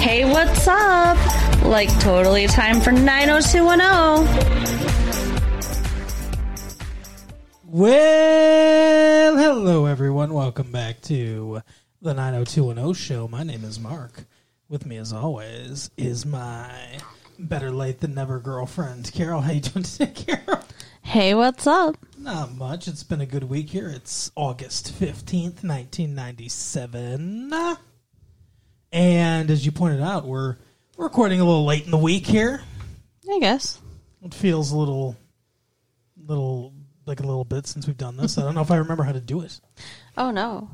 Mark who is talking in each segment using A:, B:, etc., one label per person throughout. A: hey, what's up? Like, totally time for 90210.
B: Well, hello everyone. Welcome back to the 90210 show. My name is Mark. With me as always is my better late than never girlfriend, Carol. How you doing today, Carol?
A: Hey, what's up?
B: Not much. It's been a good week here. It's August 15th, 1997. And as you pointed out, we're we're recording a little late in the week here.
A: I guess.
B: It feels a little little like a little bit since we've done this. I don't know if I remember how to do it.
A: Oh, no.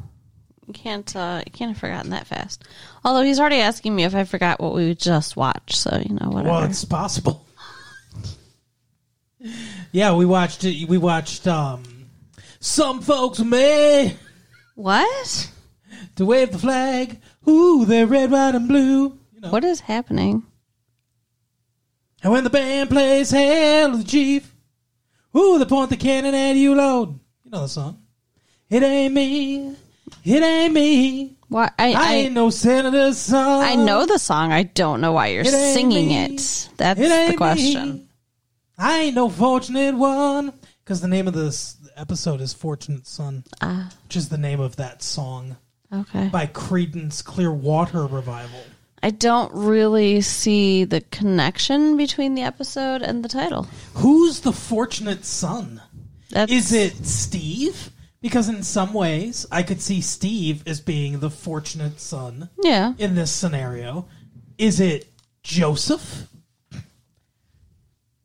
A: You can't, uh, you can't have forgotten that fast. Although he's already asking me if I forgot what we just watched, so, you know, whatever.
B: Well, it's possible. yeah, we watched it. We watched um, some folks may
A: what?
B: to wave the flag. Ooh, they're red, white, and blue. You know.
A: What is happening?
B: And when the band plays "Hail to the Chief," ooh, they point the cannon at you, Lord. You know the song. It ain't me. It ain't me.
A: Why? I,
B: I,
A: I,
B: ain't no senator's son.
A: I know the song. I don't know why you're
B: It ain't
A: singing
B: me.
A: it. That's
B: It ain't
A: the question.
B: me. I ain't no fortunate one. Because the name of this episode is Fortunate Son,
A: Ah.
B: which is the name of that song
A: Okay.
B: by Credence Clearwater Revival.
A: I don't really see the connection between the episode and the title.
B: Who's the fortunate son?
A: That's,
B: Is it Steve? Because in some ways, I could see Steve as being the fortunate son
A: Yeah.
B: in this scenario. Is it Joseph?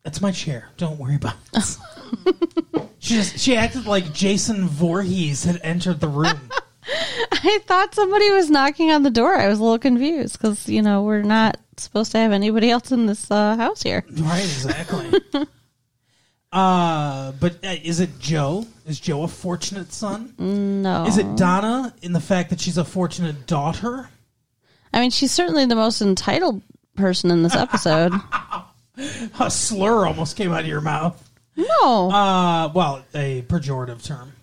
B: That's my chair. Don't worry about it. she just she acted like Jason Voorhees had entered the room.
A: I thought somebody was knocking on the door. I was a little confused because, you know, we're not supposed to have anybody else in this uh, house here.
B: right, exactly. Uh, but uh, is it Joe? Is Joe a fortunate son?
A: No.
B: Is it Donna in the fact that she's a fortunate daughter?
A: I mean, she's certainly the most entitled person in this episode.
B: A slur almost came out of your mouth.
A: no.
B: Uh, well, a pejorative term.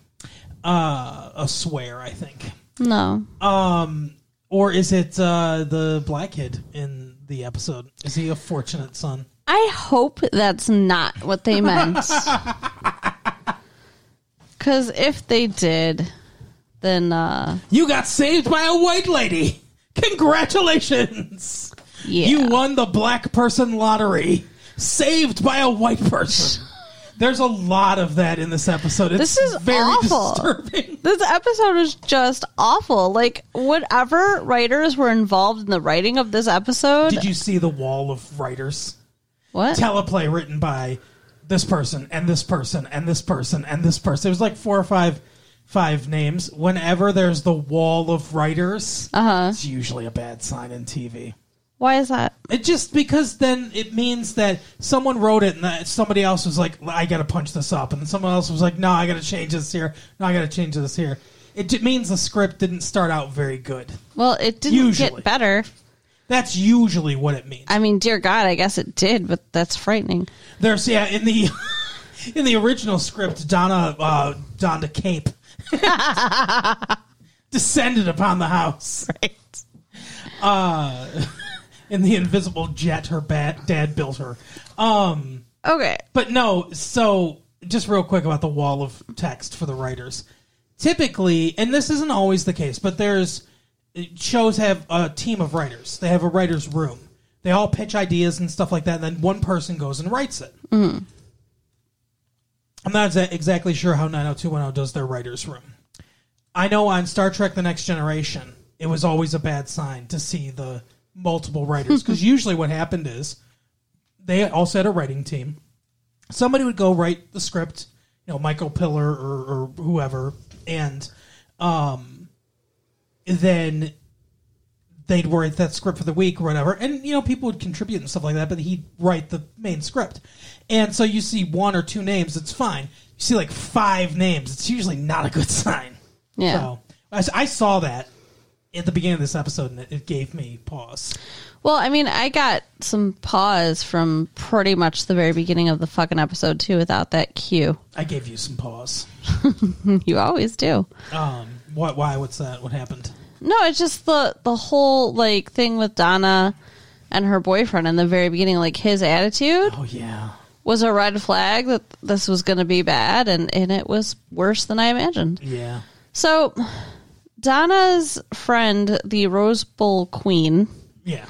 B: Uh, a swear, I think.
A: no.
B: Um, or is it uh, the black kid in the episode? Is he a fortunate son?
A: I hope that's not what they meant. Because if they did, then uh,
B: You got saved by a white lady. Congratulations!
A: yeah,
B: You won the black person lottery. Saved by a white person. There's a lot of that in this episode. It's
A: This is
B: very
A: awful.
B: disturbing.
A: This episode was just awful. Like, whatever writers were involved in the writing of this episode.
B: Did you see the wall of writers?
A: what?
B: teleplay written by this person and this person and this person and this person. It was like four or five five names. Whenever there's the wall of writers, uh-huh. it's usually a bad sign in TV.
A: Why is that?
B: It just because then it means that someone wrote it and that somebody else was like, I got to punch this up, and then someone else was like, No, I got to change this here. No, I got to change this here. It j- means the script didn't start out very good.
A: Well, it didn't
B: Usually.
A: get better.
B: That's usually what it means.
A: I mean, dear God, I guess it did, but that's frightening.
B: There's yeah in the in the original script, Donna uh, donned a cape, descended upon the house Uh,
A: Right.
B: in the invisible jet her bat, dad built her. Um,
A: Okay.
B: but no, so just real quick about the wall of text for the writers. Typically, and this isn't always the case, but there's shows have a team of writers. They have a writers' room. They all pitch ideas and stuff like that, and then one person goes and writes it. I'm not exa- exactly sure how 90210 does their writers' room. I know on Star Trek: The Next Generation, it was always a bad sign to see the multiple writers because usually what happened is they also had a writing team. Somebody would go write the script, you know, Michael Pillar or, or whoever, and um, then they'd write that script for the week or whatever. And, you know, people would contribute and stuff like that, but he'd write the main script. And so you see one or two names, it's fine. You see like five names, it's usually not a good sign.
A: Yeah.
B: So I, s- I saw that at the beginning of this episode and it, it gave me pause.
A: Well, I mean, I got some pause from pretty much the very beginning of the fucking episode, too, without that cue.
B: I gave you some pause.
A: You always do.
B: Um, what? Why? What's that? What happened?
A: No, it's just the the whole like thing with Donna and her boyfriend in the very beginning. Like his attitude
B: Oh yeah.
A: was a red flag that this was going to be bad, and and it was worse than I imagined.
B: Yeah.
A: So Donna's friend, the Rose Bowl Queen,
B: Yeah.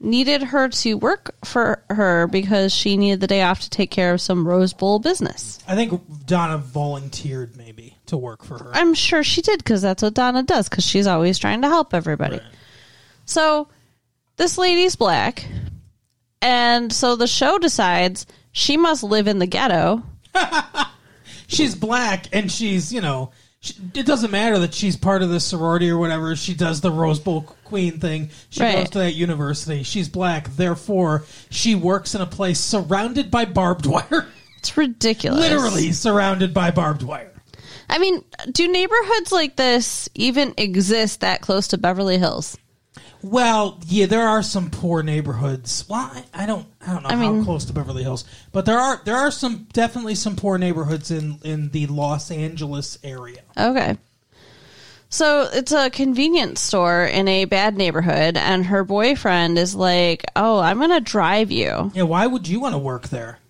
A: needed her to work for her because she needed the day off to take care of some Rose Bowl business.
B: I think Donna volunteered maybe to work for her.
A: I'm sure she did because that's what Donna does because she's always trying to help everybody.
B: Right.
A: So this lady's black. And so the show decides she must live in the ghetto.
B: She's black and she's, you know, she, it doesn't matter that she's part of the sorority or whatever. She does the Rose Bowl Queen thing. She
A: Right.
B: goes to that university. She's black. Therefore, she works in a place surrounded by barbed wire.
A: It's ridiculous.
B: Literally surrounded by barbed wire.
A: I mean, do neighborhoods like this even exist that close to Beverly Hills?
B: Well, yeah, there are some poor neighborhoods. Well, I, I don't, I don't know how
A: mean-
B: close to Beverly Hills, but there are there are some definitely some poor neighborhoods in in the Los Angeles area.
A: Okay. So it's a convenience store in a bad neighborhood, and her boyfriend is like, Oh, I'm going to drive you.
B: Yeah, why would you want to work there?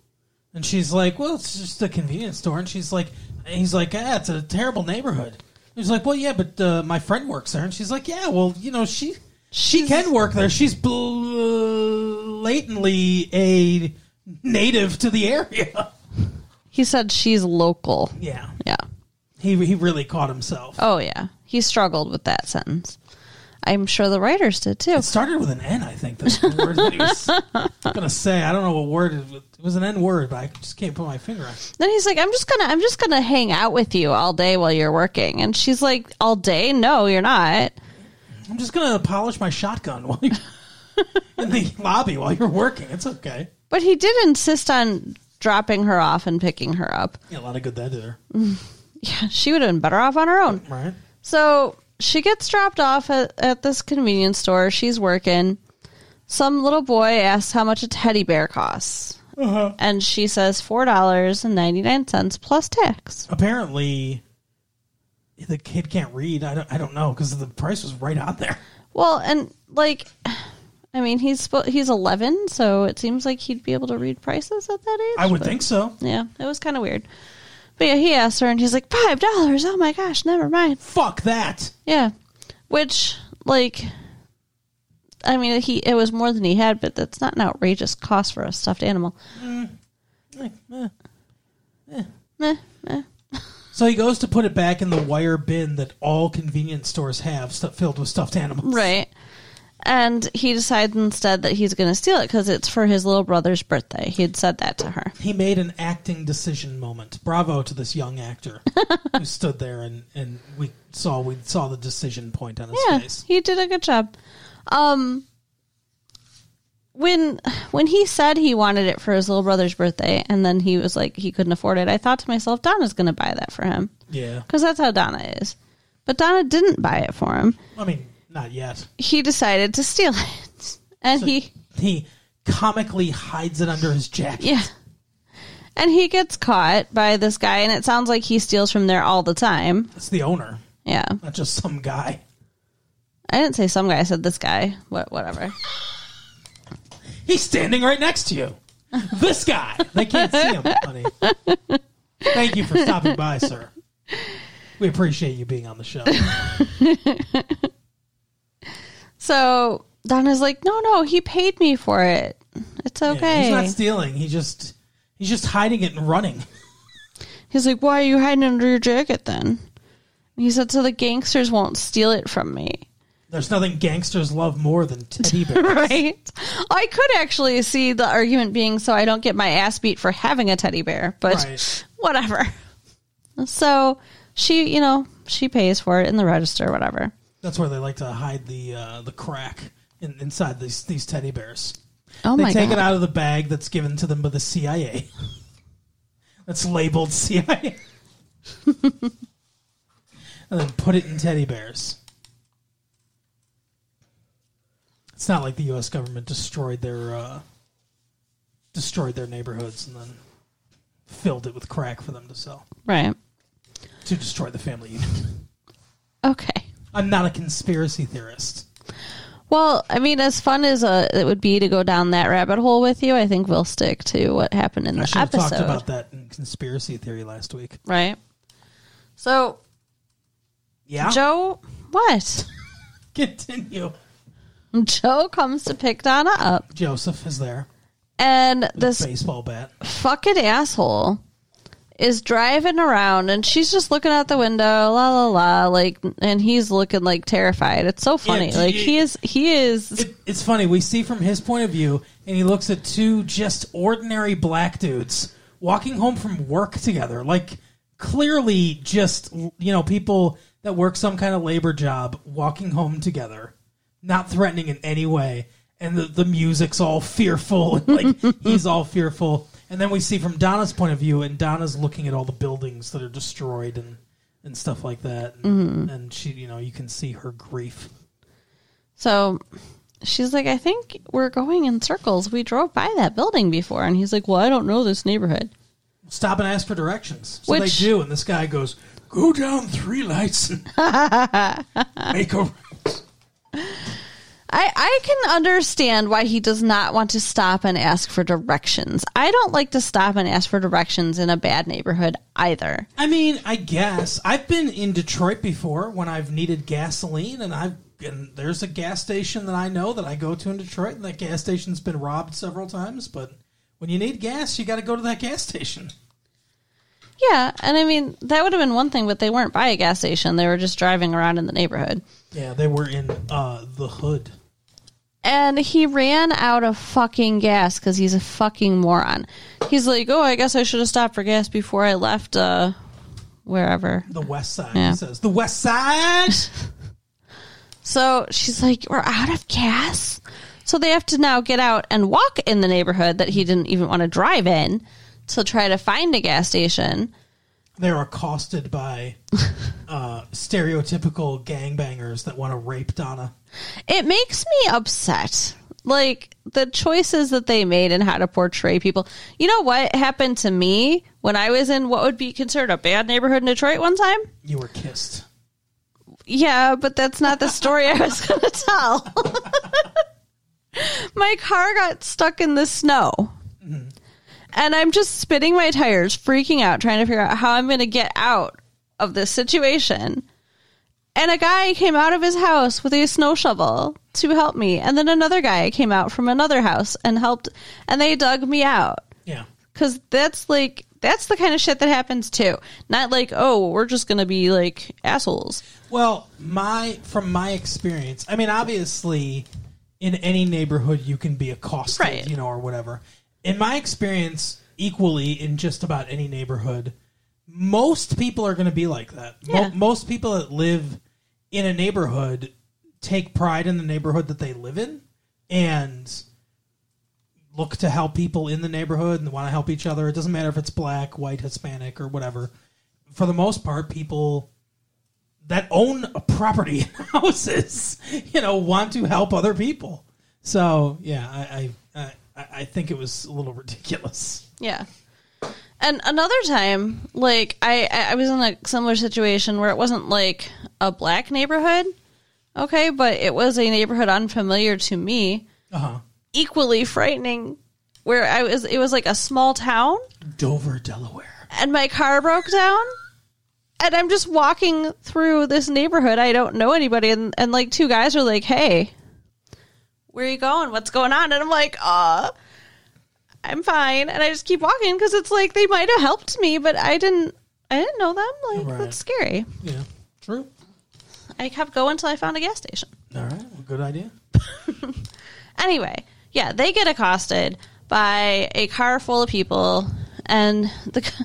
B: And she's like, well, it's just a convenience store. And she's like, and he's like, ah, it's a terrible neighborhood. He's like, well, yeah, but uh, my friend works there. And she's like, yeah, well, you know, she she
A: She's-
B: can work there. She's blatantly a native to the area.
A: He said she's local.
B: Yeah,
A: Yeah.
B: he he really caught himself.
A: Oh, yeah. He struggled with that sentence. I'm sure the writers did too.
B: It started with an N, I think. That's the word that he was gonna say. I don't know what word it was. It was an N word, but I just can't put my finger on. it.
A: Then he's like, I'm just gonna I'm just gonna hang out with you all day while you're working. And she's like, All day? No, you're not.
B: I'm just gonna polish my shotgun while you in the lobby while you're working. It's okay.
A: But he did insist on dropping her off and picking her up.
B: Yeah, a lot of good that did her,
A: Yeah, she would have been better off on her own.
B: right?
A: So she gets dropped off at, at this convenience store. She's working. Some little boy asks how much a teddy bear costs. And she says $4.99 plus tax.
B: Apparently, the kid can't read. I don't. I don't know because the price was right out there.
A: Well, and like, I mean, he's spo- he's 11, so it seems like he'd be able to read prices at that age.
B: I would
A: but-
B: think so.
A: Yeah, it was kind of weird. But yeah, he asked her, and he's like, $5. Oh my gosh, never mind.
B: Fuck that.
A: Yeah. Which, like, I mean, he it was more than he had, but that's not an outrageous cost for a stuffed animal.
B: Eh, eh.
A: Meh, meh.
B: So he goes to put it back in the wire bin that all convenience stores have, stuff filled with stuffed animals.
A: Right. And he decides instead that he's going to steal it because it's for his little brother's birthday. He had said that to her.
B: he made an acting decision moment. Bravo to this young actor who stood there and, and we saw we saw the decision point on his
A: Yeah,
B: face.
A: he did a good job. Um, when when he said he wanted it for his little brother's birthday, and then he was like he couldn't afford it, I thought to myself, Donna's going to buy that for him.
B: Yeah,
A: because that's how Donna is. But Donna didn't buy it for him.
B: I mean, not yet.
A: He decided to steal it, and he
B: He comically hides it under his jacket.
A: yeah, and he gets caught by this guy, and it sounds like he steals from there all the time.
B: It's the owner,
A: Yeah,
B: not just some guy.
A: I didn't say some guy. I said this guy. What? Whatever.
B: He's standing right next to you. This guy. They can't see him, honey. Thank you for stopping by, sir. We appreciate you being on the show.
A: So Donna's like, no, no, he paid me for it. It's okay.
B: He's not
A: he's,
B: stealing. He just he's just hiding it and running.
A: like, why are you hiding it under your jacket then? And he said, so the gangsters won't steal it from me.
B: There's nothing gangsters love more than teddy bears.
A: right? I could actually see the argument being so I don't get my ass beat for having a teddy bear, but
B: Right.
A: whatever. So she, you know, she pays for it in the register, whatever.
B: That's where they like to hide the uh, the crack in, inside these these teddy bears.
A: Oh
B: they
A: my
B: take it
A: god!
B: out of the bag that's given to them by the CIA. that's labeled CIA, and then put it in teddy bears. It's not like the U.S. government destroyed their uh, destroyed their neighborhoods and then filled it with crack for them to sell
A: Right?
B: to destroy the family unit.
A: Okay.
B: I'm not a conspiracy theorist.
A: Well, I mean, as fun as uh, it would be to go down that rabbit hole with you, I think we'll stick to what happened in
B: I
A: the
B: should have
A: episode.
B: talked about that in conspiracy theory last week.
A: Right. So,
B: Yeah.
A: Joe, what?
B: Continue.
A: Joe comes to pick Donna up,
B: Joseph is there.
A: and this
B: Baseball bat.
A: fucking asshole is driving around, and she's just looking out the window, la la la, like, and he's looking like terrified. It's so funny.
B: do
A: like
B: you-
A: he is, he is.
B: It, it's funny. We see from his point of view, and he looks at two just ordinary black dudes walking home from work together. Like, clearly, just, you know, people that work some kind of labor job walking home together, not threatening in any way. And the, the music's all fearful. And, like, he's all fearful. And then we see from Donna's point of view, and Donna's looking at all the buildings that are destroyed and, and stuff like that. And, and she, you know, you can see her grief.
A: So she's like, I think we're going in circles. We drove by that building before, and he's like, Well, I don't know this neighborhood.
B: stop and ask for directions. So
A: Which-
B: they do, and this guy goes, "Go down three lights, and make a." right."
A: I, I can understand why he does not want to stop and ask for directions. I don't like to stop and ask for directions in a bad neighborhood either.
B: I mean, I guess I've been in Detroit before when I've needed gasoline, and I've and there's a gas station that I know that I go to in Detroit, and that gas station's been robbed several times. But when you need gas, you got to go to that gas station.
A: Yeah, and I mean, that would have been one thing, but they weren't by a gas station. They were just driving around in the neighborhood.
B: Yeah, they were in uh, the hood.
A: And he ran out of fucking gas because he's a fucking moron. He's like, Oh, I guess I should have stopped for gas before I left, uh, wherever.
B: The west side,
A: Yeah.
B: he says. The west side!
A: So she's like, We're out of gas. So they have to now get out and walk in the neighborhood that he didn't even want to drive in to try to find a gas station.
B: they're accosted by uh, stereotypical gangbangers that want to rape Donna.
A: It makes me upset. Like the choices that they made and how to portray people. You know what happened to me when I was in what would be considered a bad neighborhood in Detroit one time?
B: You were kissed.
A: Yeah, but that's not the story I was going to tell. my car got stuck in the snow. And I'm just spinning my tires, freaking out, trying to figure out how I'm going to get out of this situation. And a guy came out of his house with a snow shovel to help me. And then another guy came out from another house and helped. And they dug me out
B: Yeah.
A: because that's like, that's the kind of shit that happens too. Not like, oh, we're just going to be like assholes.
B: Well, my from my experience, I mean, obviously, in any neighborhood you can be accosted,
A: Right.
B: you know, or whatever. In my experience, equally in just about any neighborhood, most people are going to be like that. Mo-
A: Yeah.
B: most people that live in a neighborhood take pride in the neighborhood that they live in, and look to help people in the neighborhood and want to help each other. It doesn't matter if it's black, white, Hispanic, or whatever. For the most part, people that own a property and houses, you know, want to help other people. So yeah, I I, I, I think it was a little ridiculous.
A: Yeah. And another time, like I, I I was in a similar situation where it wasn't like a black neighborhood, okay, but it was a neighborhood unfamiliar to me,
B: Uh huh.
A: equally frightening. Where I was, it was like a small town,
B: Dover, Delaware.
A: and my car broke down, and I'm just walking through this neighborhood. I don't know anybody, and, and like two guys are like, "Hey, where you going? What's going on?" And I'm like, "Uh." I'm fine, and I just keep walking because it's like they might have helped me, but I didn't. I didn't know them. Like
B: Right.
A: that's scary.
B: Yeah, true.
A: I kept going until I found a gas station.
B: All right, well, good idea.
A: Anyway, yeah, they get accosted by a car full of people, and the c-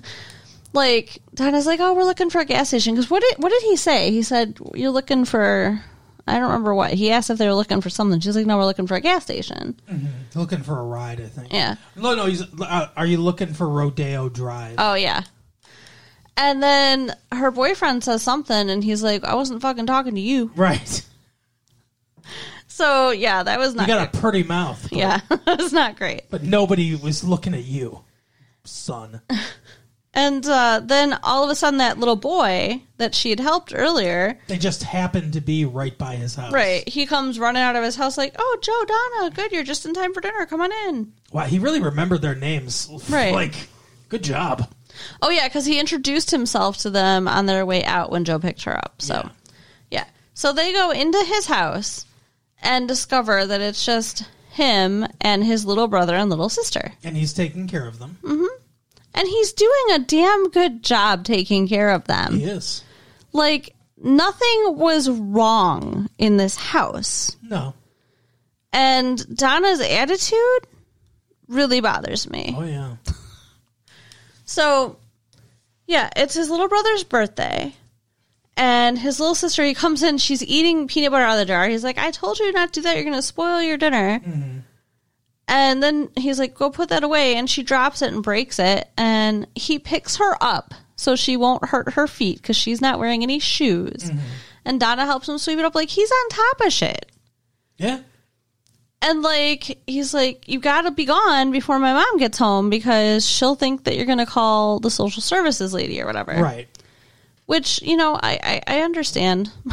A: like Donna's like, "Oh, we're looking for a gas station." Because what did what did he say? He said, "You're looking for." I don't remember what he asked if they were looking for something. She's like, "No, we're looking for a gas station."
B: Looking for a ride, I think.
A: Yeah.
B: No, no. He's, uh, are you looking for Rodeo Drive?
A: Oh yeah. And then her boyfriend says something, and he's like, "I wasn't fucking talking to you."
B: right.
A: So yeah, that was
B: You
A: not.
B: got a pretty mouth.
A: great. yeah, that was not great.
B: But nobody was looking at you, son.
A: And uh, then all of a sudden, that little boy that she had helped earlier,
B: They just happened to be right by his house.
A: right? He comes running out of his house like, "Oh, Joe, Donna, good, you're just in time for dinner. Come on in."
B: Wow, he really remembered their names.
A: Right.
B: Like, good job.
A: Oh yeah, because he introduced himself to them on their way out when Joe picked her up. So
B: Yeah.
A: yeah. So they go into his house and discover that it's just him and his little brother and little sister.
B: And he's taking care of them.
A: Mm. And he's doing a damn good job taking care of them.
B: He is.
A: Like nothing was wrong in this house.
B: No.
A: And Donna's attitude really bothers me.
B: Oh, yeah.
A: So, yeah, it's his little brother's birthday. And his little sister, he comes in, she's eating peanut butter out of the jar. He's like, I told you not to do that. You're going to spoil your dinner. And then he's like, go put that away. And she drops it and breaks it. And he picks her up so she won't hurt her feet because she's not wearing any shoes. And Donna helps him sweep it up. Like, he's on top of shit.
B: Yeah.
A: And like he's like, you gotta be gone before my mom gets home because she'll think that you're gonna call the social services lady or whatever.
B: Right.
A: Which you know, I I, I understand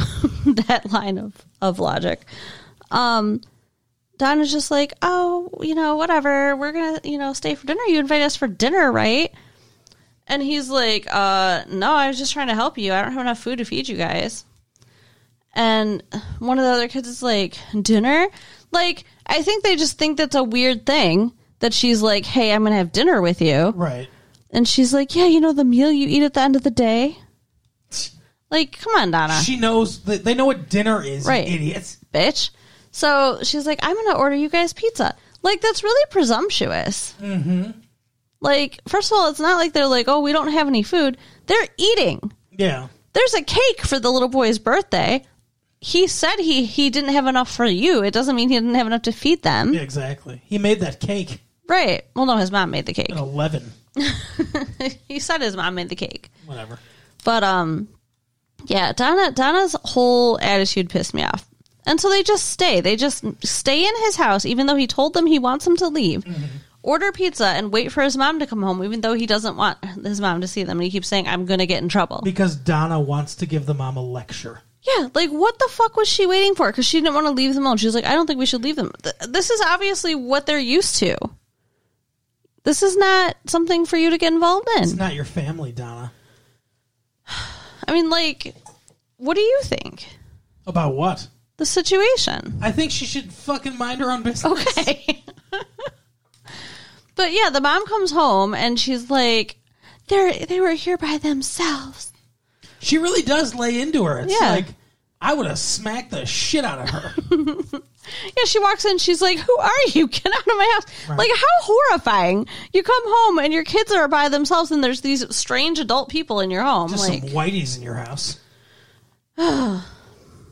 A: that line of of logic. Um, Donna's just like, oh, you know, whatever. We're gonna you know stay for dinner. You invite us for dinner, right? And he's like, uh, no, I was just trying to help you. I don't have enough food to feed you guys. And one of the other kids is like, dinner? Like, I think they just think that's a weird thing that she's like, hey, I'm going to have dinner with you.
B: Right.
A: And she's like, yeah, you know, the meal you eat at the end of the day? Like, come on, Donna,
B: She knows that they know what dinner is, you
A: Uh. Right.
B: idiots.
A: bitch. So she's like, I'm going to order you guys pizza. Like, that's really presumptuous. Mm-hmm. Like, first of all, it's not like they're like, oh, we don't have any food. They're eating.
B: Yeah.
A: there's a cake for the little boy's birthday. He said he he didn't have enough for you. It doesn't mean he didn't have enough to feed them.
B: Yeah, exactly. He made that cake
A: Right. Well, no, his mom made the cake.
B: at 11.
A: he said his mom made the cake.
B: Whatever.
A: But um yeah, Donna Donna's whole attitude pissed me off. And so they just stay. They just stay in his house even though he told them he wants them to leave.
B: Mm-hmm.
A: Order pizza and wait for his mom to come home even though he doesn't want his mom to see them and he keeps saying I'm going to get in trouble.
B: Because Donna wants to give the mom a lecture.
A: Yeah, like what the fuck was she waiting for? Because she didn't want to leave them alone. She was like, I don't think we should leave them. Th- this is obviously what they're used to. This is not something for you to get involved
B: It's
A: in.
B: not your family, Donna.
A: I mean, like, what do you think?
B: About what?
A: The situation.
B: I think she should fucking mind her own business.
A: Okay. but yeah, the mom comes home and she's like, they they were here by themselves.
B: She really does lay into her. It's
A: Yeah.
B: like, I would have smacked the shit out of her.
A: Yeah, she walks in. She's like, "Who are you? Get out of my house!"
B: Right.
A: Like, how horrifying! You come home and your kids are by themselves, and there's these strange adult people in your home.
B: Just
A: like,
B: some whiteys in your house.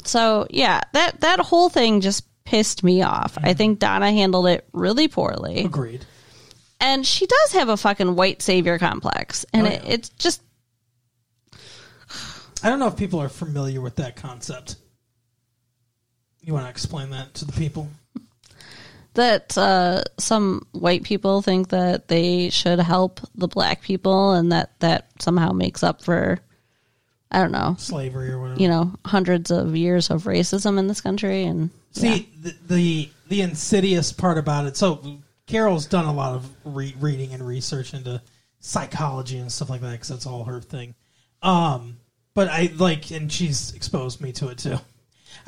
A: so yeah, that that whole thing just pissed me off. I think Donna handled it really poorly,
B: Agreed.
A: and she does have a fucking white savior complex, and
B: Oh,
A: it,
B: yeah.
A: it's just
B: I don't know if people are familiar with that concept. You want to explain that to the people?
A: that uh, some white people think that they should help the black people, and that that somehow makes up for, I don't know,
B: Slavery or whatever.
A: you know hundreds of years of racism in this country and yeah.
B: See the, the the insidious part about it. So Carol's done a lot of re- reading and research into psychology and stuff like that because that's all her thing. Um, but I like, and she's exposed me to it too.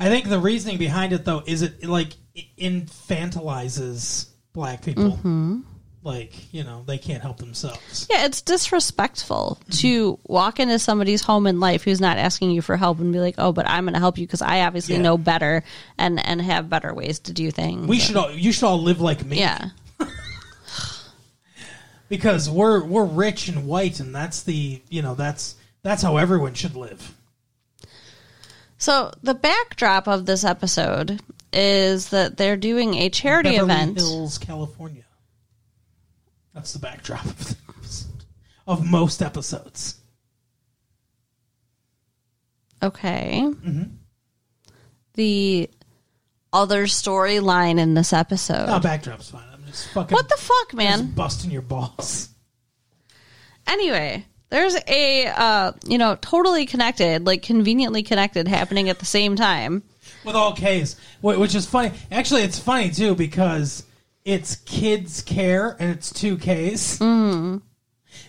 B: I think the reasoning behind it though is it like it infantilizes black people.
A: Mm-hmm.
B: Like you know they can't help themselves.
A: yeah it's disrespectful
B: Mm-hmm.
A: to walk into somebody's home in life who's not asking you for help and be like oh but i'm going to help you because i obviously
B: Yeah.
A: know better and and have better ways to do things
B: We should all you should all live like me.
A: yeah
B: because we're we're rich and white and that's the you know that's that's how everyone should live.
A: so the backdrop of this episode is that they're doing a charity
B: Beverly
A: event
B: Hills, California. That's the backdrop of, the episode- of most episodes.
A: okay the other storyline in this episode
B: No, backdrop's fine. I'm just fucking
A: what the fuck man
B: just busting your balls.
A: Anyway, There's a uh, you know, totally connected, like conveniently connected happening at the same time.
B: with all K's, wh- which is funny. Actually, it's funny too because it's Kids Care and it's two K's.
A: Mm.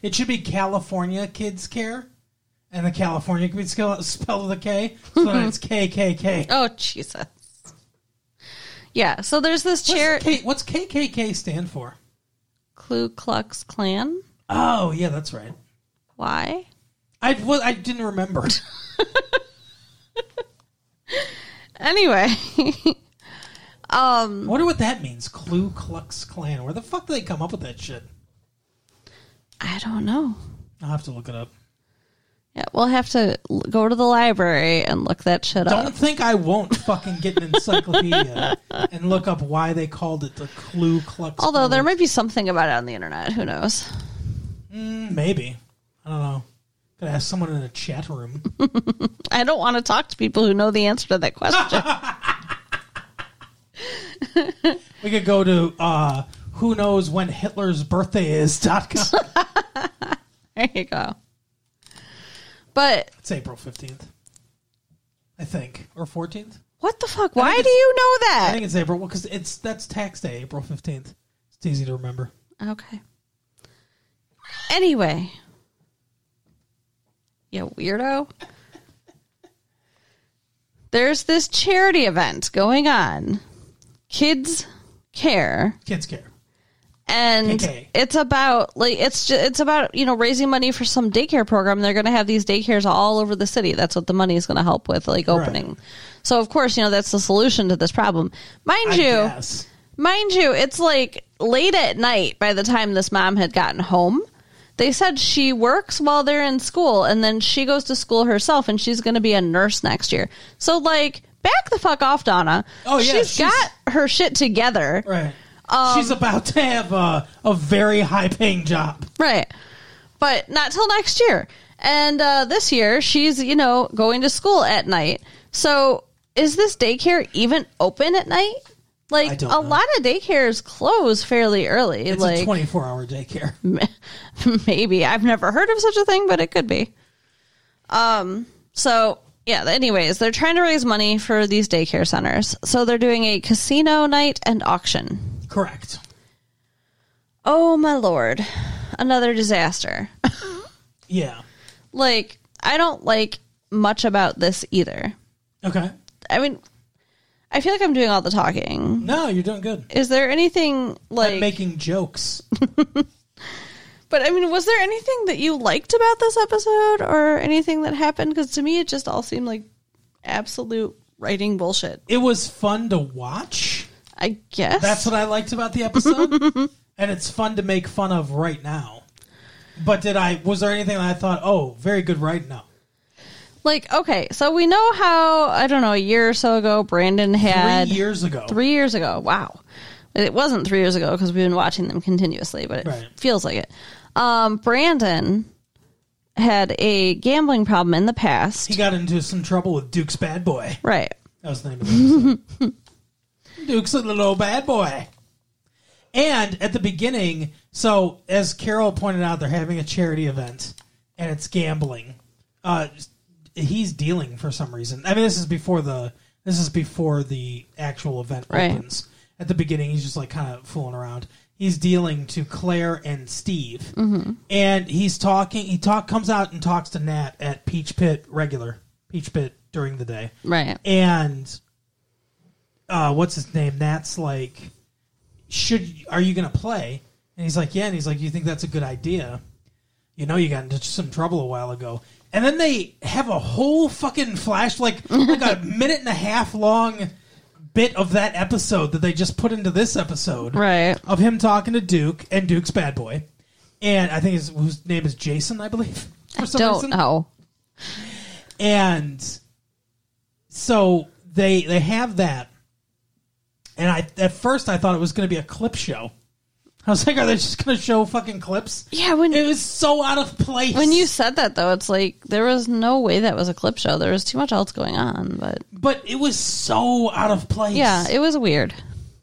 B: It should be California Kids Care, and the California can be spell- spelled with a K, so then
A: Mm-hmm.
B: it's KKK.
A: Oh Jesus. Yeah, so there's this chair
B: What's, K- what's KKK stand for?
A: Ku Klux Klan.
B: Oh, yeah, that's right.
A: Why?
B: I, well, I didn't remember.
A: Anyway, um,
B: I wonder what that means. Ku Klux Klan. Where the fuck do they come up with that shit?
A: I don't know.
B: I'll have to look it up.
A: Yeah, we'll have to l- go to the library and look that shit up.
B: Don't think I won't fucking get an encyclopedia and look up why they called it the Ku Klux.
A: Although there
B: Klan.
A: might be something about it on the internet. Who knows?
B: Mm, maybe I don't know. Gotta ask someone in a chat room.
A: I don't want to talk to people who know the answer to that question.
B: We could go to uh, who knows when Hitler's birthday is dot com.
A: there you go. But
B: It's April fifteenth, I think, or fourteenth.
A: what the fuck? Why
B: think
A: do you know
B: I
A: that?
B: think it's April because it's that's tax day, April fifteenth. It's easy to remember.
A: Okay. Anyway. You weirdo. There's this charity event going on. Kids Care.
B: Kids care.
A: and
B: KK.
A: it's about like it's just, it's about you know raising money for some daycare program. They're going to have these daycares all over the city. That's what the money is going to help with, like
B: Right.
A: opening. So of course, you know that's the solution to this problem. Mind
B: I
A: you,
B: guess.
A: mind you, it's like late at night by the time this mom had gotten home. They said she works while they're in school, and then she goes to school herself, and she's going to be a nurse next year. So like. Back the fuck off, Donna.
B: Oh, yeah,
A: she's
B: she's-
A: got her shit together.
B: Right.
A: Um,
B: She's about to have a, a very high paying job.
A: Right. But not till next year. And uh, this year, she's, you know, going to school at night. So is this daycare even open at night?
B: I
A: Like, a
B: don't know.
A: lot of daycares close fairly early.
B: It's a
A: like,
B: 24 hour daycare.
A: maybe. I've never heard of such a thing, but it could be. Um, so yeah, anyways, they're trying to raise money for these daycare centers. So they're doing a casino night and auction.
B: Correct.
A: Oh my lord. Another disaster.
B: Yeah.
A: like I don't like much about this either.
B: Okay.
A: I mean, I feel like I'm doing all the talking.
B: No, you're doing good.
A: Is there anything like?
B: I'm making jokes.
A: but I mean, was there anything that you liked about this episode or anything that happened? Because to me, it just all seemed like absolute writing bullshit.
B: It was fun to watch.
A: I guess
B: That's what I liked about the episode. and it's fun to make fun of right now. But did I was there anything that I thought, "Oh, very good right now."
A: like okay. So we know how I don't know a year or so ago Brandon
B: 3
A: had
B: years ago.
A: three years ago. Wow. It wasn't three years ago because we've been watching them continuously, but it
B: Right.
A: feels like it. Um, Brandon had a gambling problem in the
B: He
A: past.
B: got into some trouble with Duke's Bad Boy.
A: Right.
B: That was the name of the episode. Duke's a little bad boy. And at the beginning, so as Carol pointed out, they're having a charity event, and it's gambling. Uh, he's dealing for some reason. I mean, this is before the this is before the actual event
A: Right.
B: opens. At the beginning, he's just like kind of fooling around. He's dealing to Claire and Steve, and he's talking. He talk comes out and talks to Nat at Peach Pit regular Peach Pit during the day
A: Right.
B: and uh, what's his name? Nat's like, should are you gonna play? And he's like, yeah. And he's like, you think that's a good idea? You know, you got into some trouble a while ago. And then they have a whole fucking flash, like like a minute and a half long bit of that episode that they just put into this episode
A: Right.
B: of him talking to Duke and Duke's bad boy, and I think his whose name is Jason, I believe. For some
A: Don't uh,
B: reason
A: know.
B: and so they they have that and i at first i thought it was going to be a clip show i was like are they just going to show fucking clips
A: Yeah, when
B: it was so out of place
A: when you said that though, it's like there was no way that was a clip show. There was too much else going on, but
B: but it was so out of place
A: yeah, it was weird.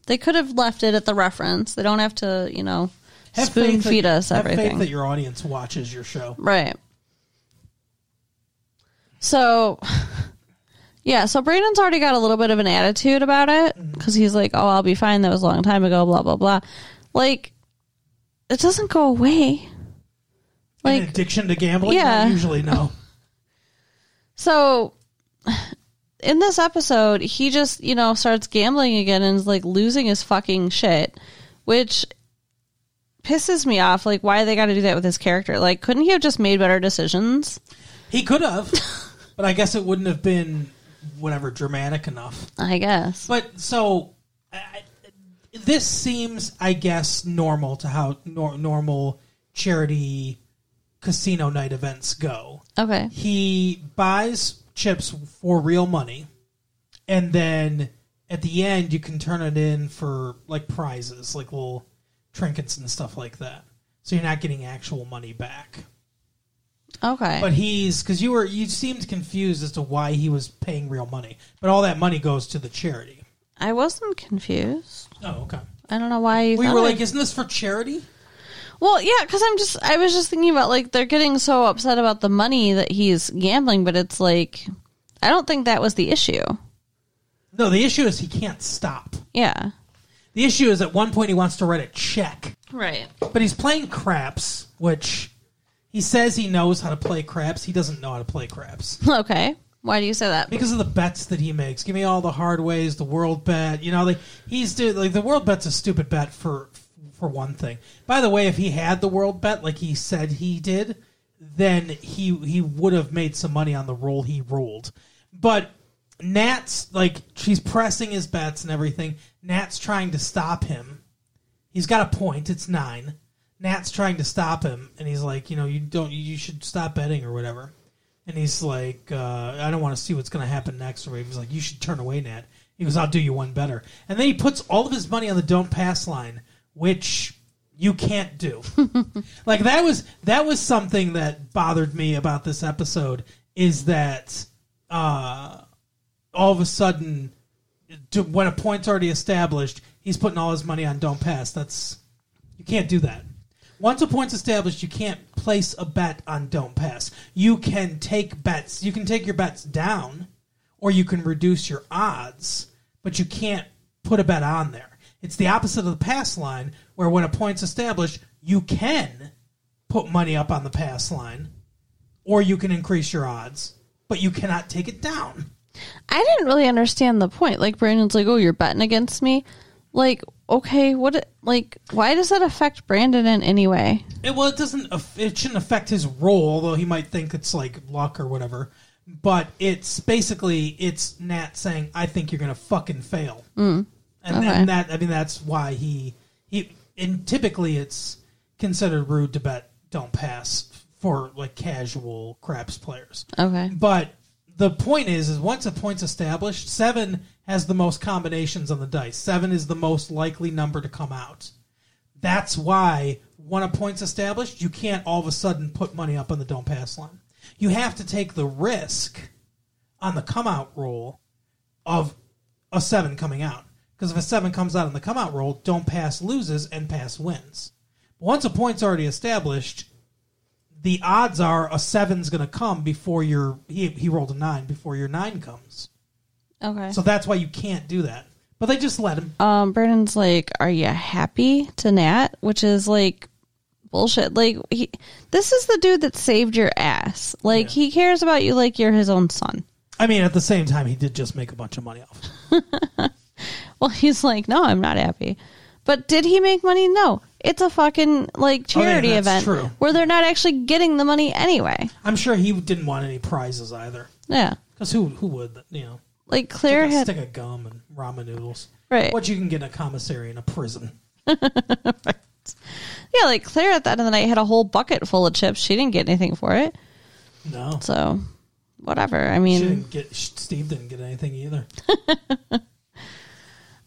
A: They could have left it at the reference. They don't have to, you know, spoon
B: faith that-
A: feed us
B: have faith
A: everything.
B: that your audience watches your show
A: Right. So, yeah, so Brandon's already got a little bit of an attitude about it because he's like, oh, I'll be fine. That was a long time ago, blah, blah, blah. Like, it doesn't go away.
B: An
A: Like,
B: addiction to gambling?
A: Yeah.
B: I usually no.
A: so in this episode, he just, you know, starts gambling again and is like losing his fucking shit, which pisses me off. Like, why they got to do that with his character? Like, couldn't he have just made better decisions?
B: He could have, but I guess it wouldn't have been whatever dramatic enough.
A: I guess.
B: But so I, I- this seems, I guess, normal to how nor- normal charity casino night events go.
A: Okay.
B: He buys chips for real money, and then at the end, you can turn it in for like prizes, like little trinkets and stuff like that. So you're not getting actual money back.
A: Okay.
B: But he's because you were you seemed confused as to why he was paying real money, but all that money goes to the charity.
A: I wasn't confused.
B: Oh, okay.
A: I don't know why you
B: We
A: thought
B: were
A: I-
B: like, isn't this for charity?
A: well, yeah, because I'm just, I was just thinking about like they're getting so upset about the money that he's gambling, but it's like, I don't think that was the issue.
B: No, the issue is he can't stop.
A: Yeah,
B: The issue is at one point he wants to write a check,
A: right.
B: but he's playing craps, which he says he knows how to play craps. He doesn't know how to play craps
A: Okay, why do you say that?
B: because of the bets that he makes. Give me all the hard ways, the world bet. You know, like he's do like the world bet's a stupid bet for for one thing. By the way, if he had the world bet like he said he did, then he he would have made some money on the roll he rolled. But Nat's like she's pressing his bets and everything. Nat's trying to stop him. He's got a point. It's nine. Nat's trying to stop him, and he's like, you know, you don't, you should stop betting or whatever. And he's like, uh, I don't want to see what's going to happen next. Or he's like, you should turn away, Nat. He goes, I'll do you one better. And then he puts all of his money on the don't pass line, which you can't do. like that was that was something that bothered me about this episode is that uh, all of a sudden, to, when a point's already established, he's putting all his money on don't pass. That's you can't do that. Once a point's established, you can't place a bet on don't pass. You can take bets. You can take your bets down, or you can reduce your odds, but you can't put a bet on there. It's the opposite of the pass line, where when a point's established, you can put money up on the pass line, or you can increase your odds, but you cannot take it down.
A: I didn't really understand the point. Like Brandon's like, oh, you're betting against me. Like, okay, what? Like, why does that affect Brandon in any way?
B: It, well, it doesn't. aff- It shouldn't affect his role, although he might think it's like luck or whatever. But it's basically it's Nat saying, "I think you're gonna fucking fail," mm. and,
A: okay.
B: and that I mean that's why he he. And typically, it's considered rude to bet don't pass for like casual craps players.
A: Okay,
B: But the point is, is once a point's established, seven has the most combinations on the dice. Seven is the most likely number to come out. That's why when a point's established, you can't all of a sudden put money up on the don't pass line. You have to take the risk on the come out roll of a seven coming out. Because if a seven comes out on the come out roll, don't pass loses and pass wins. Once a point's already established, the odds are a seven's going to come before your he, he rolled a nine before your nine comes.
A: okay.
B: So that's why you can't do that. But they just let him.
A: um, Brandon's like, "Are you happy to Nat?" Which is like bullshit. Like he, this is the dude that saved your ass. Like he cares about you like you're his own son.
B: I mean, at the same time, he did just make a bunch of money off. it.
A: Well, he's like, "No, I'm not happy." But did he make money? No. It's a fucking like
B: Oh, yeah,
A: charity
B: that's
A: event
B: true.
A: where they're not actually getting the money anyway.
B: I'm sure he didn't want any prizes either,
A: Yeah.
B: because who who would you know
A: Like
B: stick
A: Claire
B: a,
A: had
B: stick of gum and ramen noodles?
A: Right.
B: What you can get in a commissary in a prison.
A: Yeah, like Claire at the end of the night had a whole bucket full of chips. She didn't get anything for it.
B: No,
A: So, whatever. I
B: she
A: mean,
B: didn't get. Steve didn't get anything either.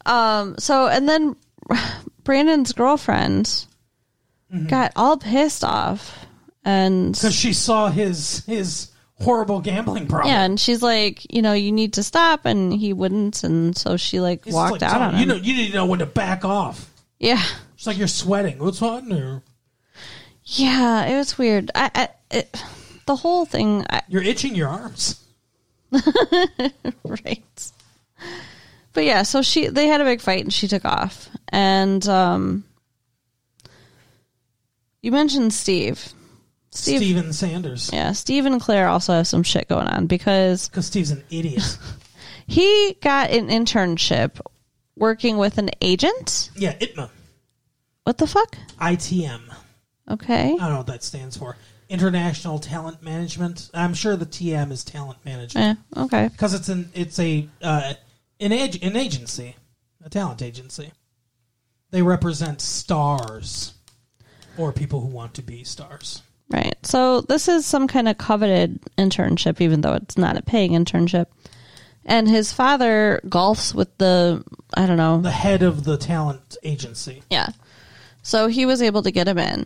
A: so and then Brandon's girlfriend got all pissed off and
B: Because Mm-hmm. she saw his his horrible gambling problem.
A: yeah, and she's like, you know, you need to stop and he wouldn't and so she like
B: It's
A: walked
B: like,
A: out
B: Tom,
A: on him.
B: You know, you need to know when to back off.
A: yeah.
B: She's like, you're sweating. What's on there?
A: Yeah, it was weird. I, I it, the whole thing. I,
B: You're itching your arms.
A: right. But yeah, so she they had a big fight and she took off. And um you mentioned Steve. Steve,
B: Steven Sanders.
A: Yeah, Steve and Claire also have some shit going on because
B: Because Steve's an idiot.
A: he got an internship working with an agent.
B: yeah, ITMA.
A: What the fuck?
B: ITM.
A: Okay.
B: I don't know what that stands for. International Talent Management. I'm sure the TM is talent management.
A: Yeah, Eh, okay.
B: Because it's an it's a uh, an ag- an agency, a talent agency. They represent stars or people who want to be stars.
A: Right. So this is some kind of coveted internship, even though it's not a paying internship. And his father golfs with the I don't know
B: The head of the talent agency.
A: Yeah. So he was able to get him in.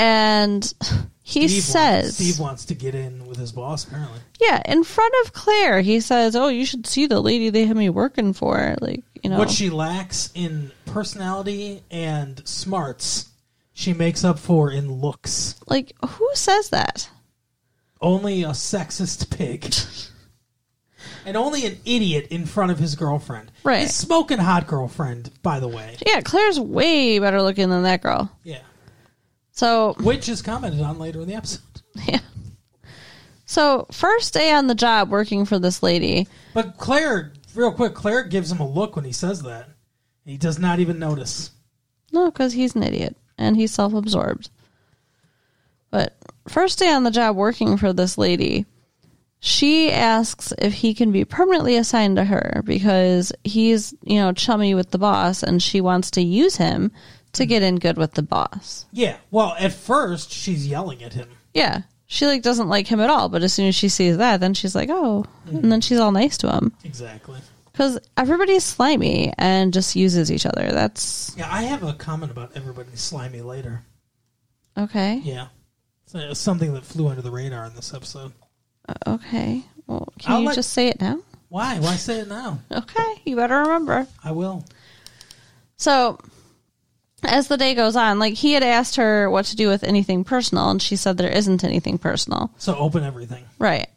A: And he
B: Steve
A: says,
B: wants, Steve wants to get in with his boss. Apparently,
A: yeah, in front of Claire, he says, Oh, you should see the lady they have me working for. Like, you know,
B: what she lacks in personality and smarts, she makes up for in looks.
A: like, who says that?
B: Only a sexist pig. and only an idiot in front of his girlfriend.
A: Right.
B: His smoking hot girlfriend, by the way.
A: Yeah, Claire's way better looking than that girl.
B: Yeah.
A: So,
B: Which is commented on later in the episode.
A: yeah. So, first day on the job working for this lady.
B: But Claire, real quick, Claire gives him a look when he says that. He does not even notice.
A: No, because he's an idiot and he's self absorbed. But first day on the job working for this lady, she asks if he can be permanently assigned to her because he's, you know, chummy with the boss and she wants to use him to get in good with the boss.
B: Yeah. Well, at first, she's yelling at him.
A: Yeah. She like doesn't like him at all, but as soon as she sees that, then she's like, "Oh." And then she's all nice to him
B: Exactly.
A: cuz everybody's slimy and just uses each other. That's
B: Yeah, I have a comment about everybody slimy later.
A: okay.
B: Yeah. So, something that flew under the radar in this episode.
A: Okay. Well, can
B: I'll
A: you
B: let-
A: just say it now?
B: Why? Why say it now?
A: Okay, you better remember.
B: I will.
A: So, as the day goes on, like he had asked her what to do with anything personal, and she said there isn't anything personal.
B: So open everything.
A: Right.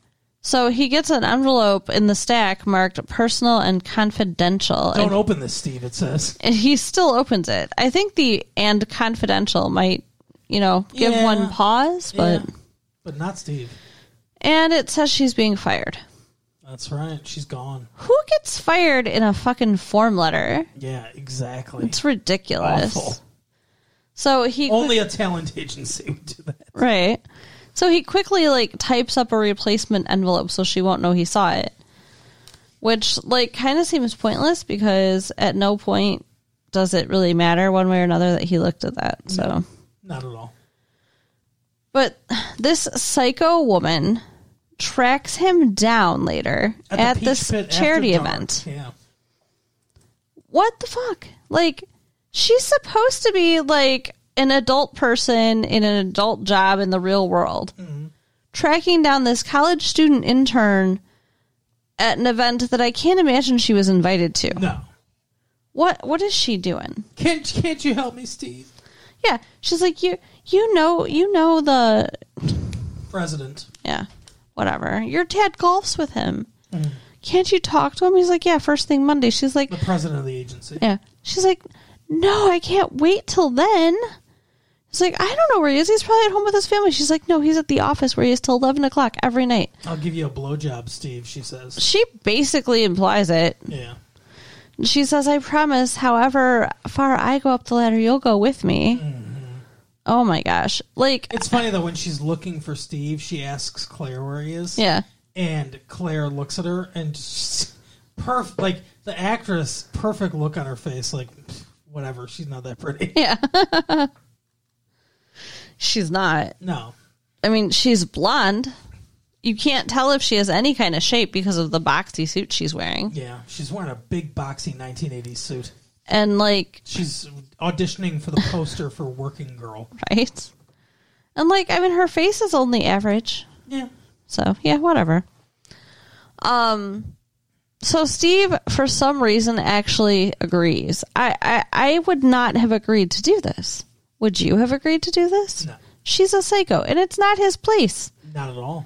A: So he gets an envelope in the stack marked personal and confidential.
B: Don't
A: and,
B: open this, Steve, it says.
A: and he still opens it. I think the and confidential might, you know, give
B: Yeah.
A: one pause, but.
B: Yeah. But not Steve.
A: And it says she's being fired.
B: That's right. She's gone.
A: Who gets fired in a fucking form letter?
B: Yeah, exactly.
A: It's ridiculous.
B: Awful. Oh.
A: So he
B: Only a talent agency would do that.
A: Right. So he quickly like types up a replacement envelope so she won't know he saw it. Which like kind of seems pointless because at no point does it really matter one way or another that he looked at that. So
B: Not at all.
A: but this psycho woman tracks him down later at,
B: Peach
A: this
B: Pit after
A: charity
B: dark.
A: event.
B: Yeah.
A: What the fuck? Like she's supposed to be like an adult person in an adult job in the real world. tracking down this college student intern at an event that I can't imagine she was invited to.
B: No.
A: What what is she doing?
B: Can't can't you help me, Steve?
A: Yeah, she's like you you know you know the
B: President.
A: yeah whatever. Your dad golfs with him. Can't you talk to him? He's like yeah, first thing Monday. She's like
B: The president of the agency.
A: yeah. She's like no, I can't wait till then. He's like I don't know where he is. He's probably at home with his family. She's like no, he's at the office where he is till eleven o'clock every night.
B: I'll give you a blowjob, Steve, she says.
A: She basically implies it.
B: Yeah.
A: She says, I promise, however far I go up the ladder, you'll go with me. Oh my gosh. Like,
B: It's funny though, when she's looking for Steve, she asks Claire where he is.
A: yeah.
B: And Claire looks at her and just perf like the actress, perfect look on her face, like whatever, she's not that pretty.
A: She's not.
B: No.
A: I mean, she's blonde. You can't tell if she has any kind of shape because of the boxy suit she's wearing.
B: Yeah. She's wearing a big boxy nineteen eighties suit.
A: And, like,
B: She's auditioning for the poster for Working Girl.
A: right? And, like, I mean, her face is only average.
B: Yeah.
A: So yeah, whatever. Um, so Steve, for some reason, actually agrees. I, I I would not have agreed to do this. Would you have agreed to do this?
B: No.
A: She's a psycho, and it's not his place.
B: Not at all.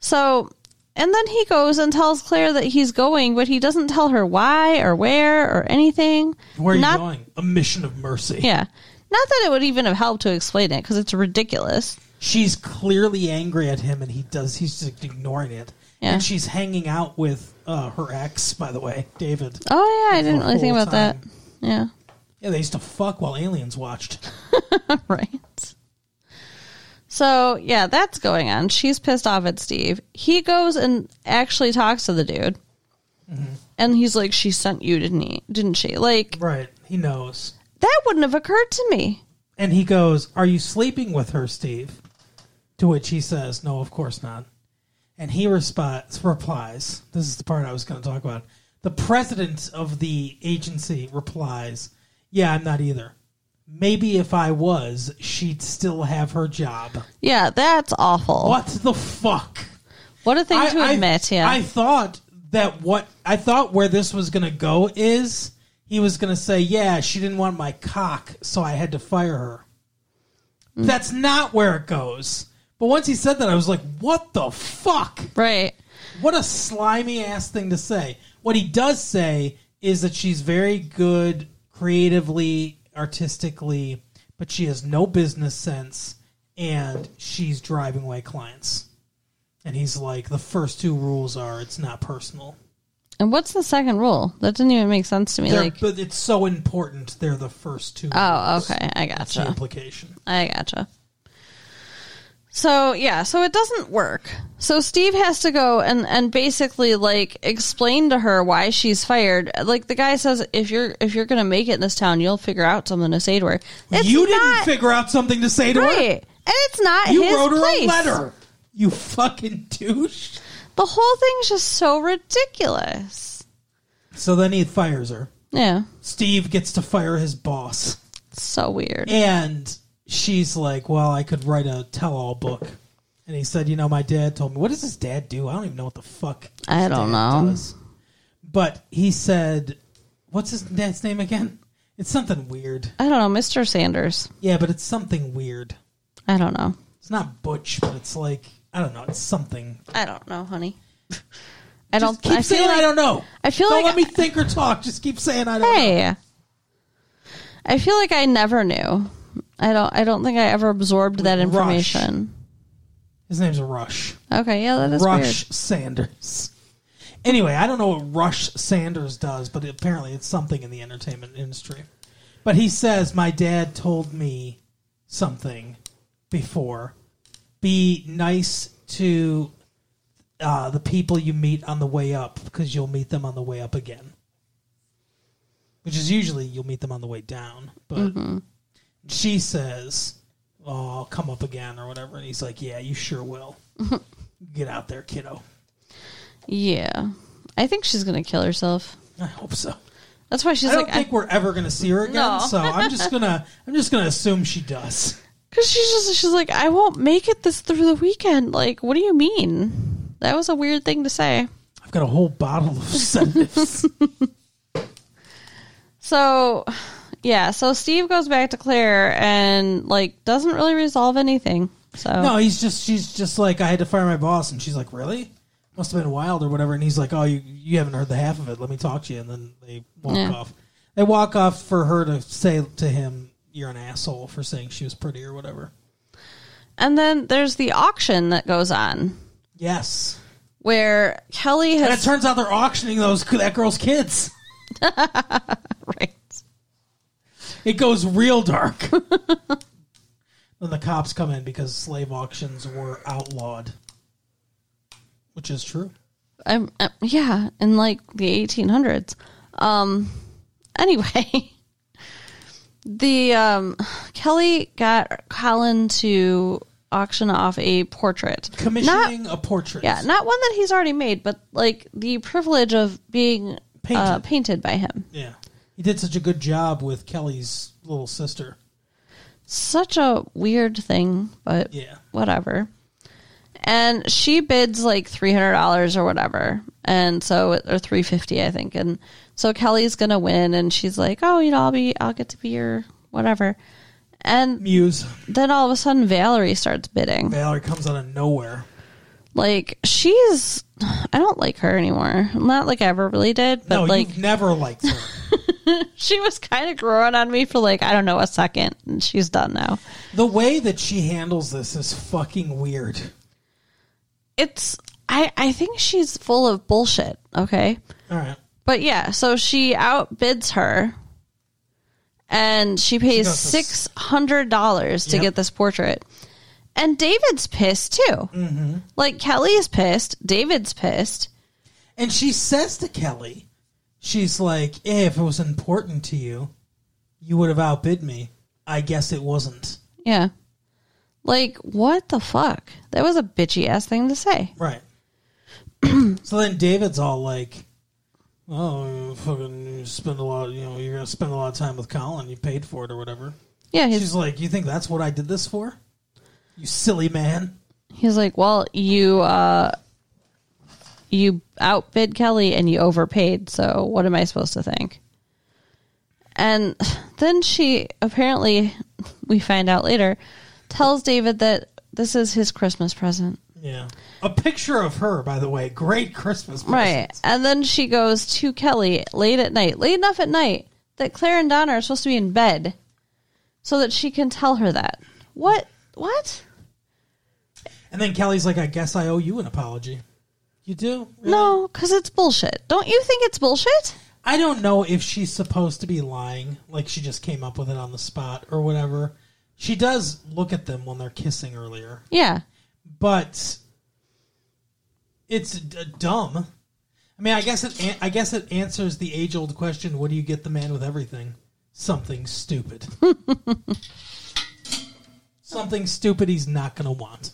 A: So, and then he goes and tells Claire that he's going, but he doesn't tell her why or where or anything.
B: Where are
A: Not-
B: you going? A mission of mercy.
A: Yeah. Not that it would even have helped to explain it because it's ridiculous.
B: She's clearly angry at him, and he does. He's just ignoring it.
A: Yeah.
B: And she's hanging out with uh, her ex, by the way, David.
A: Oh, yeah. I didn't
B: The
A: really think
B: whole
A: about that.
B: time.
A: Yeah.
B: Yeah, they used to fuck while aliens watched.
A: right. So, yeah, that's going on. She's pissed off at Steve. He goes and actually talks to the dude.
B: Mm-hmm.
A: And he's like, she sent you, didn't he? Didn't she? Like,
B: Right. He knows.
A: that wouldn't have occurred to me.
B: And he goes, Are you sleeping with her, Steve? To which he says, No, of course not. And he responds, replies, This is the part I was going to talk about. The president of the agency replies, Yeah, I'm not either. Maybe if I was, she'd still have her job.
A: Yeah, that's awful.
B: What the fuck?
A: What a thing
B: I-
A: to
B: I-
A: admit, yeah.
B: I thought that what I thought where this was going to go is he was going to say, "Yeah, she didn't want my cock, so I had to fire her."
A: Mm.
B: That's not where it goes. But once he said that, I was like, "What the fuck?
A: right.
B: What a slimy ass thing to say." What he does say is that she's very good creatively, artistically, but she has no business sense and she's driving away clients. And he's like, the first two rules are it's not personal.
A: And what's the second rule? That didn't even make sense to me.
B: They're-
A: like,
B: but it's so important. They're the first two.
A: oh,
B: rules.
A: okay. I
B: That's the
A: gotcha.
B: implication.
A: I gotcha. So, yeah, so it doesn't work. So Steve has to go and and basically like explain to her why she's fired. Like the guy says if you're if you're going to make it in this town, you'll figure out something to say to her. It's
B: you didn't
A: not
B: figure out something to say to
A: right.
B: her.
A: And it's not
B: You
A: his
B: wrote her
A: place.
B: a letter. You fucking douche.
A: The whole thing's just so ridiculous.
B: So then he fires her.
A: Yeah.
B: Steve gets to fire his boss.
A: It's so weird.
B: And she's like, Well, I could write a tell all book. And he said, You know, my dad told me, What does his dad do? I don't even know what the fuck.
A: I
B: his
A: don't
B: dad
A: know.
B: does." But he said, What's his dad's name again? It's something weird.
A: I don't know, Mr. Sanders.
B: Yeah, but it's something weird.
A: I don't know.
B: It's not Butch, but it's like, I don't know, it's something.
A: I don't know, honey. I don't.
B: Just keep
A: I feel
B: saying
A: like,
B: I don't know.
A: I feel
B: don't let
A: like
B: me think or talk. Just keep saying I don't know.
A: Hey, I feel like I never knew. I don't. I don't think I ever absorbed that
B: Rush.
A: information.
B: His name's Rush.
A: Okay, yeah, that is
B: Rush Sanders. Anyway, I don't know what Rush Sanders does, but apparently it's something in the entertainment industry. But he says, My dad told me something before. Be nice to uh, the people you meet on the way up because you'll meet them on the way up again. Which is usually you'll meet them on the way down. But she says, Oh, I'll come up again or whatever. And he's like, Yeah, you sure will. Get out there, kiddo.
A: weird. Yeah, I think she's gonna kill herself.
B: I hope so.
A: That's why she's
B: I don't
A: like,
B: think we're ever gonna see her again,
A: No.
B: so I'm just gonna I'm just gonna assume she does.
A: because she's just she's like, I won't make it this through the weekend. Like, what do you mean? That was a weird thing to say.
B: I've got a whole bottle of sedatives.
A: So, yeah. So Steve goes back to Claire and like doesn't really resolve anything. So
B: no, he's just she's just like I had to fire my boss, and she's like, really? Must have been wild or whatever. And he's like, oh, you you haven't heard the half of it. Let me talk to you. And then they walk
A: Yeah.
B: off. They walk off for her to say to him, you're an asshole for saying she was pretty or whatever.
A: And then there's the auction that goes on
B: Yes.
A: where Kelly
B: And it
A: has
B: turns out they're auctioning those that girl's kids.
A: right.
B: It goes real dark. then the cops come in because slave auctions were outlawed, which is true.
A: I'm, i yeah, in like the 1800s. Um anyway, the um Kelly got Colin to auction off a portrait.
B: Commissioning a portrait.
A: Yeah, not one that he's already made, but like the privilege of being painted, uh,
B: Painted.
A: painted by him.
B: Yeah. He did such a good job with Kelly's little sister.
A: Such a weird thing, but
B: Yeah.
A: whatever. And she bids like three hundred dollars or whatever, and so or three fifty, I think. And so Kelly's gonna win, and she's like, "Oh, you know, I'll be, I'll get to be your whatever." And
B: Muse.
A: then all of a sudden, Valerie starts bidding,
B: Valerie comes out of nowhere.
A: Like she's, I don't like her anymore. Not like I ever really did, but
B: no,
A: like
B: you've never liked her.
A: she was kind of growing on me for like I don't know a second, and she's done now.
B: the way that she handles this is fucking weird.
A: It's I I think she's full of bullshit. Okay,
B: All right.
A: but yeah, so she outbids her, and she pays
B: does this-
A: six hundred dollars to
B: Yep.
A: get this portrait. And David's pissed too. Like Kelly is pissed, David's pissed.
B: And she says to Kelly, she's like, "Eh, if it was important to you, you would have outbid me. I guess it wasn't.
A: Yeah. Like, what the fuck? That was a bitchy ass thing to say.
B: Right. so then David's all like, oh, you fucking you spend a lot, you know, you're going to spend a lot of time with Colin. You paid for it or whatever.
A: Yeah, he's
B: She's like, you think that's what I did this for? You silly man.
A: he's like, Well, you uh you outbid Kelly and you overpaid, so what am I supposed to think? And then she apparently we find out later, tells David that this is his Christmas present.
B: Yeah. A picture of her, by the way. Great Christmas present.
A: Right. And then she goes to Kelly late at night, late enough at night that Claire and Donna are supposed to be in bed so that she can tell her that. What? What?
B: And then Kelly's like, I guess I owe you an apology. You do?
A: No, because it's bullshit. Don't you think it's bullshit?
B: I don't know if she's supposed to be lying, like she just came up with it on the spot or whatever. She does look at them when they're kissing earlier.
A: Yeah.
B: but it's d- dumb. I mean, I guess it. An- I guess it answers the age-old question: What do you get the man with everything? Something stupid. Something stupid he's not going to want.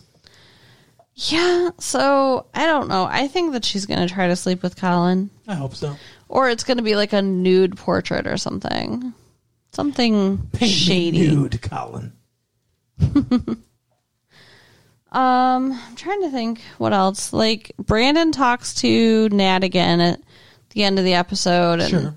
A: Yeah. So I don't know. I think that she's going to try to sleep with Colin
B: I hope so.
A: or it's going to be like a nude portrait or something. Something
B: Paint me
A: shady.
B: nude, Colin.
A: Um, I'm trying to think what else. Like Brandon talks to Nat again at the end of the episode, and
B: Sure.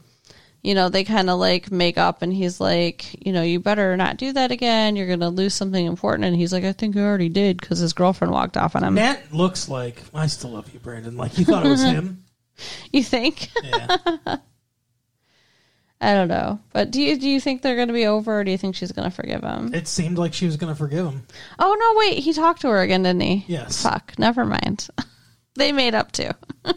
A: you know they kind of like make up, and he's like, you know, you better not do that again. You're gonna lose something important. And he's like, I think I already did because his girlfriend walked off on him.
B: Matt looks like I still love you, Brandon. Like you thought it was him.
A: You think?
B: Yeah.
A: I don't know, but do you do you think they're gonna be over? or Do you think she's gonna forgive him?
B: It seemed like she was going to forgive him.
A: Oh no, wait, he talked to her again, didn't he?
B: Yes.
A: Fuck. Never mind. they made up too.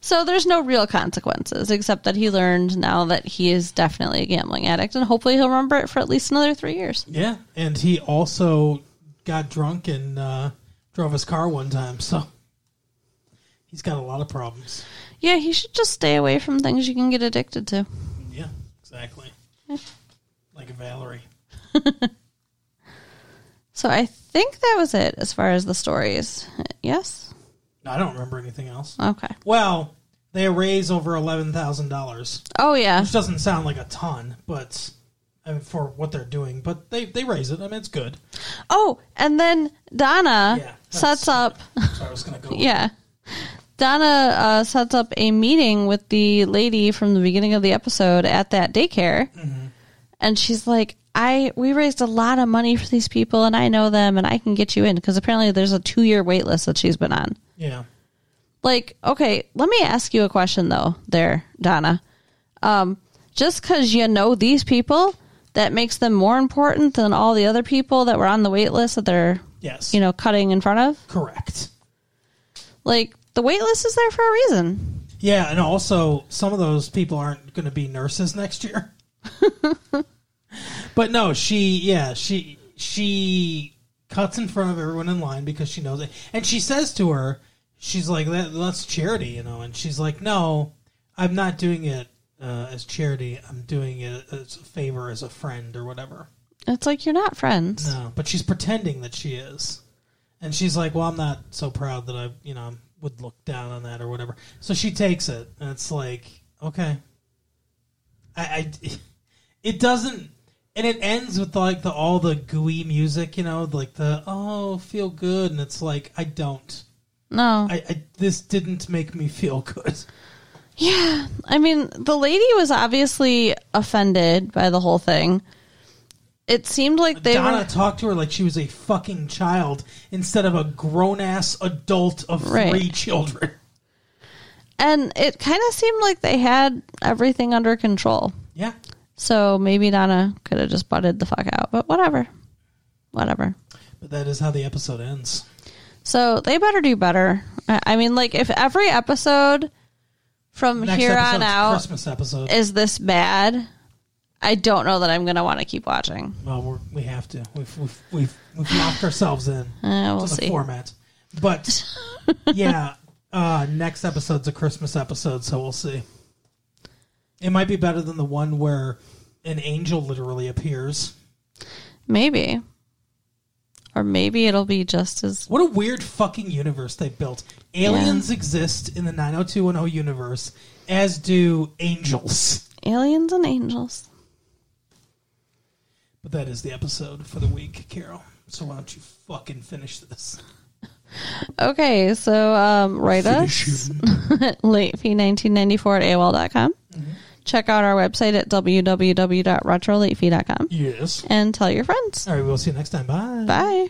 A: so there's no real consequences except that he learned now that he is definitely a gambling addict and hopefully he'll remember it for at least another three years.
B: Yeah, and he also got drunk and uh, drove his car one time, so he's got a lot of problems.
A: Yeah, he should just stay away from things you can get addicted to.
B: Yeah, exactly. Like Valerie.
A: So I think that was it as far as the stories. Yes?
B: I don't remember anything else.
A: Okay.
B: Well, they raise over eleven thousand dollars,
A: Oh, yeah.
B: which doesn't sound like a ton, but I mean, for what they're doing, but they they raise it. I mean, it's good.
A: Oh, and then Donna
B: Yeah, that's-
A: sets up.
B: So I was gonna go.
A: Yeah. Donna uh, sets up a meeting with the lady from the beginning of the episode at that daycare. And she's like, I we raised a lot of money for these people and I know them and I can get you in because apparently there's a 2-year wait list that she's been on.
B: Yeah.
A: Like, okay, let me ask you a question though, there, Donna. Um, just cuz you know these people, that makes them more important than all the other people that were on the wait list that they're,
B: Yes.
A: you know, cutting in front of?
B: Correct.
A: Like the wait list is there for a reason.
B: Yeah, and also some of those people aren't going to be nurses next year. but no, she yeah, she she cuts in front of everyone in line because she knows it. And she says to her, she's like that, that's charity, you know, and she's like, "No, I'm not doing it uh, as charity. I'm doing it as a favor as a friend or whatever."
A: It's like you're not friends.
B: No, but she's pretending that she is, and she's like, "Well, I'm not so proud that I, you know, would look down on that or whatever." So she takes it, and it's like, okay, I, I it doesn't, and it ends with like the all the gooey music, you know, like the oh feel good, and it's like I don't,
A: No.
B: I, I this didn't make me feel good.
A: yeah. I mean, the lady was obviously offended by the whole thing. it seemed like they
B: Donna
A: were
B: talked to her like she was a fucking child instead of a grown ass adult of
A: Right.
B: three children.
A: and it kind of seemed like they had everything under control.
B: Yeah.
A: So maybe Donna could have just butted the fuck out, but whatever. Whatever.
B: But that is how the episode ends.
A: So they better do better. I I mean, like, if every episode from
B: Next
A: here on
B: episode's
A: out
B: Christmas episode.
A: is this bad, I don't know that I'm going to want to keep watching.
B: well, we're, we have to. We've we've we've, we've locked ourselves in
A: Uh,
B: to
A: we'll
B: the
A: see.
B: format. But yeah, uh, next episode's a Christmas episode, so we'll see. It might be better than the one where an angel literally appears.
A: Maybe. Or maybe it'll be just as.
B: What a weird fucking universe they built. Aliens exist in the 90210 universe, as do angels.
A: Aliens and Angels.
B: But that is the episode for the week, Carol. So why don't you fucking finish this?
A: Okay, so um, write us
B: Finish
A: at latefee1994 at AOL.com. Check out our website at www.retrolatefee.com
B: Yes.
A: and tell your friends.
B: All right, we'll see you next time. Bye.
A: Bye.